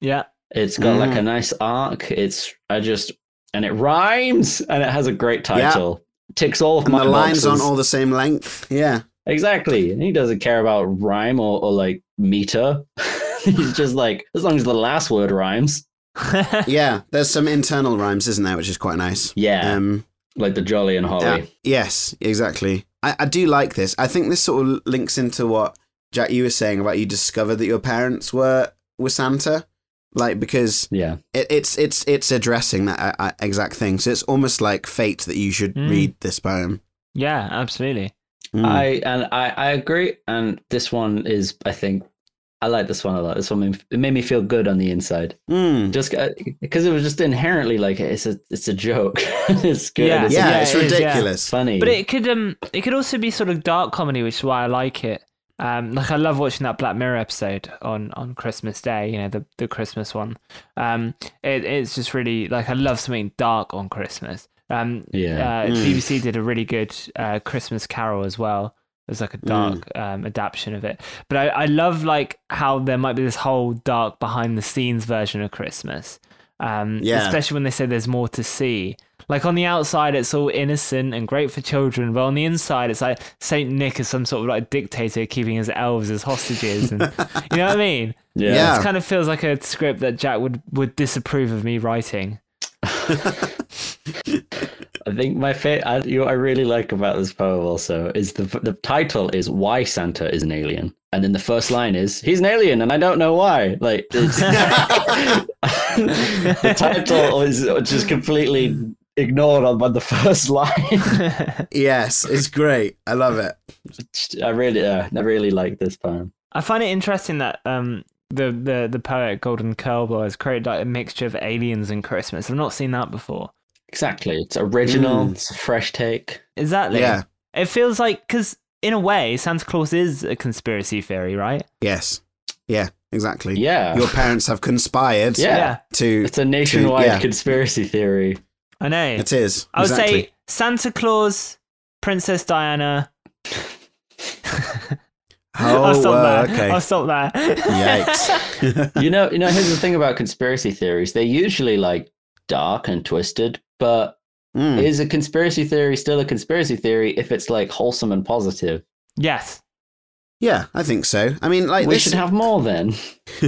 S2: yeah. <laughs>
S3: It's got like a
S1: Mm.
S3: nice arc. It's I just and it rhymes and it has a great
S1: Yeah.
S3: title. Ticks all of
S1: And
S3: my
S1: the lines aren't
S3: boxes.
S1: all the same length. Yeah.
S3: Exactly. And he doesn't care about rhyme or, or like meter. <laughs> He's just like, as long as the last word rhymes.
S1: Yeah. There's some internal rhymes, isn't there, which is quite nice.
S3: Yeah. Oh,
S1: Um,
S3: like the Jolly and Holly.
S1: Yeah. Yes, exactly. I, I do like this. I think this sort of links into what Jack you were saying about you discovered that your parents were were Santa, like because
S3: Yeah.
S1: it, it's it's it's addressing that uh, uh, exact thing. So it's almost like fate that you should
S2: Mm.
S1: read this poem.
S2: yeah, absolutely.
S1: Mm.
S3: Hmm. I and I, I agree. And this one is I think I like this one a lot. This one made, it made me feel good on the inside.
S1: Mm.
S3: Just because it was just inherently like it's a it's a joke. <laughs> it's good.
S2: Yeah.
S3: It's
S1: Yeah,
S2: yeah,
S1: it's
S2: it is, yeah.
S1: ridiculous.
S3: funny.
S2: But it could um it could also be sort of dark comedy, which is why I like it. Um, like I love watching that Black Mirror episode on on Christmas Day. You know the the Christmas one. Um, it, it's just really like I love something dark on Christmas. Um,
S3: Yeah.
S2: uh,
S1: Mm.
S2: BBC did a really good uh, Christmas Carol as well. It was like a dark um, adaptation of it. But I, I love like how there might be this whole dark behind the scenes version of Christmas. Um,
S1: Yeah.
S2: Especially when they say there's more to see. Like on the outside, it's all innocent and great for children, but on the inside, it's like Saint Nick is some sort of like dictator keeping his elves as
S1: <laughs>
S2: hostages, and you know what I mean.
S1: Yeah.
S2: It kind of feels like a script that Jack would would disapprove of me writing. <laughs>
S3: I think my favorite, you know, what I really like about this poem also is the the title is "Why Santa is an Alien," and then the first line is "He's an alien and I don't know why." Like
S1: <laughs>
S3: it's, <laughs> the title is just completely ignored on by the <laughs> first line.
S1: yes, it's great. I love it.
S3: I really, uh, I really like this poem.
S2: I find it interesting that um the the, the poet Golden Curlboy has created like a mixture of aliens and Christmas. I've not seen that before.
S3: Exactly, it's original.
S1: Mm.
S3: It's a fresh take.
S2: Exactly.
S1: Yeah.
S2: It feels like because in a way, Santa Claus is a conspiracy theory, right?
S1: Yes. Yeah. Exactly.
S3: Yeah,
S1: Your parents have conspired
S3: Yeah.
S1: to.
S3: it's a nationwide
S1: yeah.
S3: conspiracy theory.
S2: I know.
S1: It is.
S2: I would
S1: exactly.
S2: <laughs> say Santa Claus, Princess Diana.
S1: Oh,
S2: I'll stop
S1: well,
S2: there.
S1: okay.
S2: I'll stop
S1: <laughs>
S2: there.
S1: Yikes.
S3: you know, you know. Here's the thing about conspiracy theories: they're usually like dark and twisted, but
S1: Mm.
S3: is a conspiracy theory still a conspiracy theory if it's like wholesome and positive?
S2: <laughs> yes.
S1: Yeah, I think so. I mean, like
S3: we
S1: this.
S3: should have more then.
S1: <laughs>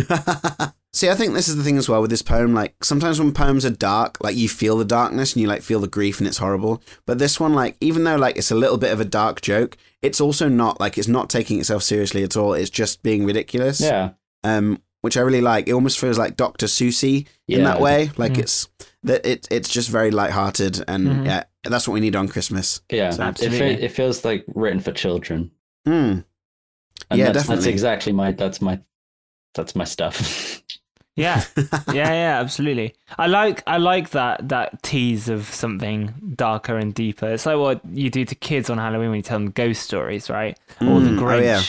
S1: See, I think this is the thing as well with this poem. Like sometimes when poems are dark, like you feel the darkness and you like feel the grief and it's horrible. But this one, like even though like it's a little bit of a dark joke, it's also not like it's not taking itself seriously at all. It's just being ridiculous.
S3: Yeah,
S1: Um, which I really like. It almost feels like Doctor Susie
S3: yeah.
S1: in that way. Like
S2: Mm.
S1: it's that it it's just very lighthearted and
S2: Mhm.
S1: yeah, that's what we need on Christmas.
S3: Yeah,
S1: So-
S3: it, fe-
S2: Absolutely.
S3: it feels like written for children.
S1: Mm.
S3: And
S1: Yeah,
S3: that's, That's
S1: definitely.
S3: exactly my. That's my. That's my stuff. <laughs>
S1: <laughs>
S2: Yeah. yeah. Yeah. Absolutely. I like. I like that. That tease of something darker and deeper. It's like what you do to kids on Halloween when you tell them ghost stories, right? or the
S1: Mm.
S2: Grinch.
S1: Oh, yeah.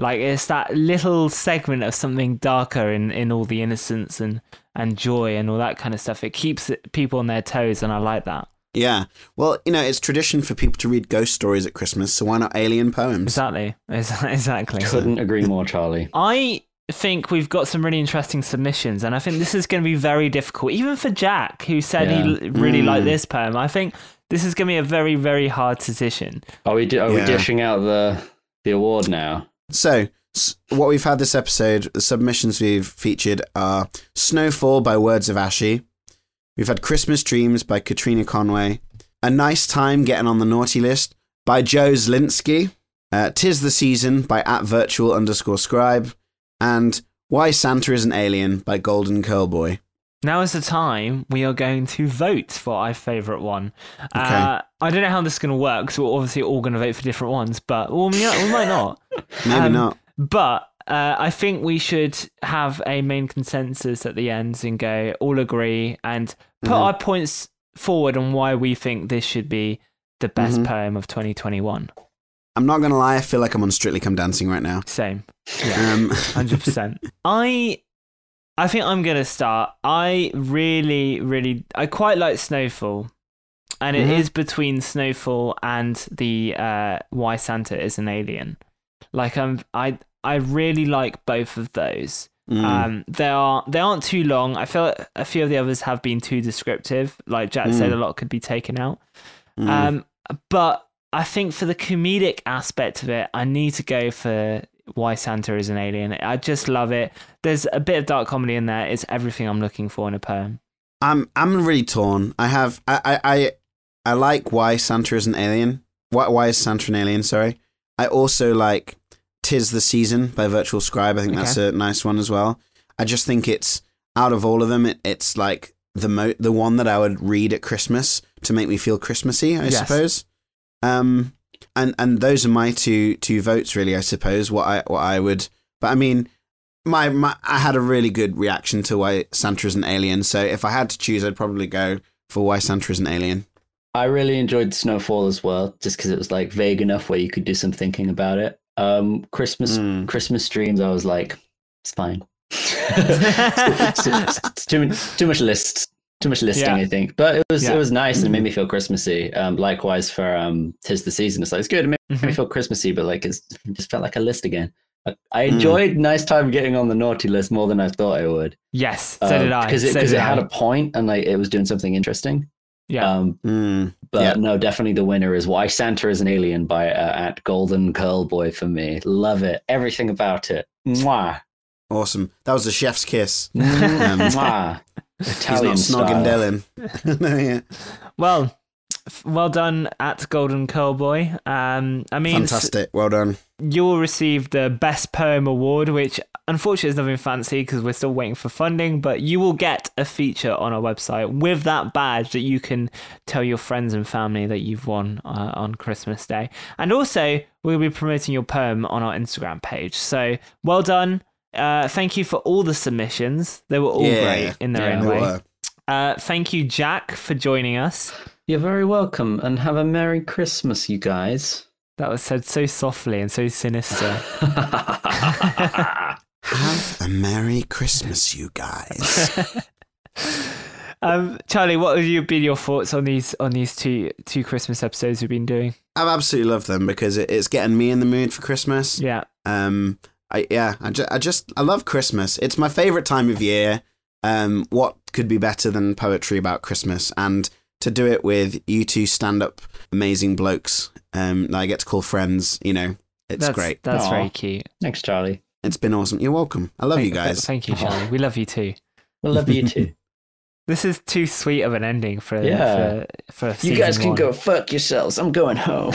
S2: Like it's that little segment of something darker in, in all the innocence and, and joy and all that kind of stuff. It keeps it- people on their toes, and I like that.
S1: Yeah. Well, you know, it's tradition for people to read ghost stories at Christmas, so why not alien poems?
S2: Exactly. <laughs> Ex- Exactly.
S3: Couldn't agree more, Charlie.
S2: I think we've got some really interesting submissions, and I think this is going to be very difficult, even for Jack, who said he
S3: Yeah.
S2: l- really liked
S1: Mm.
S2: this poem. I think this is going to be a very, very hard decision.
S3: Are we? Di- are we
S1: Yeah.
S3: dishing out the the award now?
S1: So, s- what we've had this episode, the submissions we've featured are Snowfall by Words of Ashy. We've had Christmas Dreams by Katrina Conway. A Nice Time Getting on the Naughty List by Joe Zlinski. Uh, Tis the Season by at virtual underscore scribe. And Why Santa is an Alien by Golden Curlboy.
S2: Now is the time we are going to vote for our favourite one. Uh,
S1: Okay.
S2: I don't know how this is going to work because we're obviously all going to vote for different ones, but well, we, might- we might not.
S1: Maybe
S2: Um,
S1: not.
S2: But uh, I think we should have a main consensus at the end and go all agree and put
S1: Mhm.
S2: our points forward on why we think this should be the best
S1: Mhm.
S2: poem of 2021.
S1: I'm not gonna lie. I feel like I'm on Strictly Come Dancing right now.
S2: Same.
S1: Um,
S2: hundred percent. I, I think I'm gonna start. I really, really, I quite like Snowfall, and it
S1: Mhm.
S2: is between Snowfall and the uh, Why Santa is an Alien. Like I'm, I, I really like both of those.
S3: Hmm.
S1: mm,
S2: Um, they are they aren't too long. I feel like a few of the others have been too descriptive. Like Jack said,
S1: Mm.
S3: Hmm.
S2: a lot could be taken out.
S1: mm.
S2: Um, but I think for the comedic aspect of it, I need to go for why Santa is an alien. I just love it. There's a bit of dark comedy in there. It's everything I'm looking for in a poem.
S1: I'm I'm really torn. I have I I I, I like why Santa is an alien. Why why is Santa an alien? Sorry. I also like "Tis the Season" by Virtual Scribe. I think that's a nice one as well. I just think it's out of all of them, it, it's like the mo- the one that I would read at Christmas to make me feel Christmassy. I
S2: Yes.
S1: suppose. Um, and and those are my two two votes really. I suppose what I what I would, but I mean, my, my I had a really good reaction to why Santa is an alien. So if I had to choose, I'd probably go for why Santa is an alien.
S3: I really enjoyed Snowfall as well, just because it was like vague enough where you could do some thinking about it. Um, Christmas
S2: Hmm.
S1: Mm.
S3: Christmas dreams, I was like, it's
S2: <laughs>
S3: fine. <laughs> it's, it's- it's too, too much lists, too much listing,
S2: Yeah.
S3: I think. But it was
S2: Yeah. Mm-hmm.
S3: it was nice and it made me feel Christmassy. Um, likewise for um, tis the season. It's like it's good. It made
S2: Mm-hmm.
S3: me feel Christmassy, but like it's, it just felt like a list again. I, I
S2: Hmm.
S1: Mm.
S3: enjoyed nice time getting on the naughty list more than I thought I would.
S2: Yes, so did I.
S3: Because it,
S2: so
S3: Uh, Um, 'cause
S2: did
S3: it had
S2: I.
S3: a point and like it was doing something interesting.
S2: Yeah.
S3: Um,
S1: Mm.
S3: but
S1: Yeah.
S3: no, definitely the winner is Why Santa is an Alien by uh, at Golden Curl Boy for me. Love it. Everything about it.
S2: <laughs>
S3: Mwah.
S1: Awesome. That was a chef's
S3: <laughs>
S1: kiss. Um,
S3: Mwah. Italian
S1: He's not
S3: style. <laughs>
S1: snogging Dylan. <laughs> no, yeah.
S2: well, f- well done at Golden Curl Boy. Um, I mean, s-
S1: Fantastic. Well done.
S2: you will receive the best poem award which unfortunately is nothing fancy because we're still waiting for funding but you will get a feature on our website with that badge that you can tell your friends and family that you've won uh, on christmas day and also we'll be promoting your poem on our instagram page so well done uh, thank you for all the submissions they were all
S1: Yeah.
S2: great in their
S3: Yeah,
S2: own
S3: they
S2: way
S1: Well,
S2: uh, thank you jack for joining us
S3: You're very welcome and have a Merry Christmas,
S2: <laughs>
S3: you guys. <laughs>
S2: that was said so softly and so sinister
S1: Have a Merry Christmas, you
S2: <laughs>
S1: guys.
S2: Um, Charlie, what have you been your thoughts on these on these two two Christmas episodes we've been doing?
S1: I've absolutely loved them because it, it's getting me in the mood for Christmas.
S2: Yeah,
S1: Um, I, yeah, I, ju- I just I love Christmas. It's my favorite time of year. Um, what could be better than poetry about Christmas? And to do it with you two stand-up amazing blokes um, that I get to call friends, you know, it's
S2: that's
S1: great.
S2: That's
S3: Aw.
S2: very cute.
S3: Thanks, Charlie.
S1: It's been awesome. You're welcome. I love
S2: thank,
S1: you guys. <laughs>
S2: Thank you,
S3: Aw.
S2: Charlie. We love you too.
S3: We love you
S2: <laughs>
S3: too.
S2: This is too sweet of an ending for
S3: Yeah.
S2: for, for
S3: you
S2: season
S3: guys can
S2: one.
S3: go fuck yourselves. I'm going home.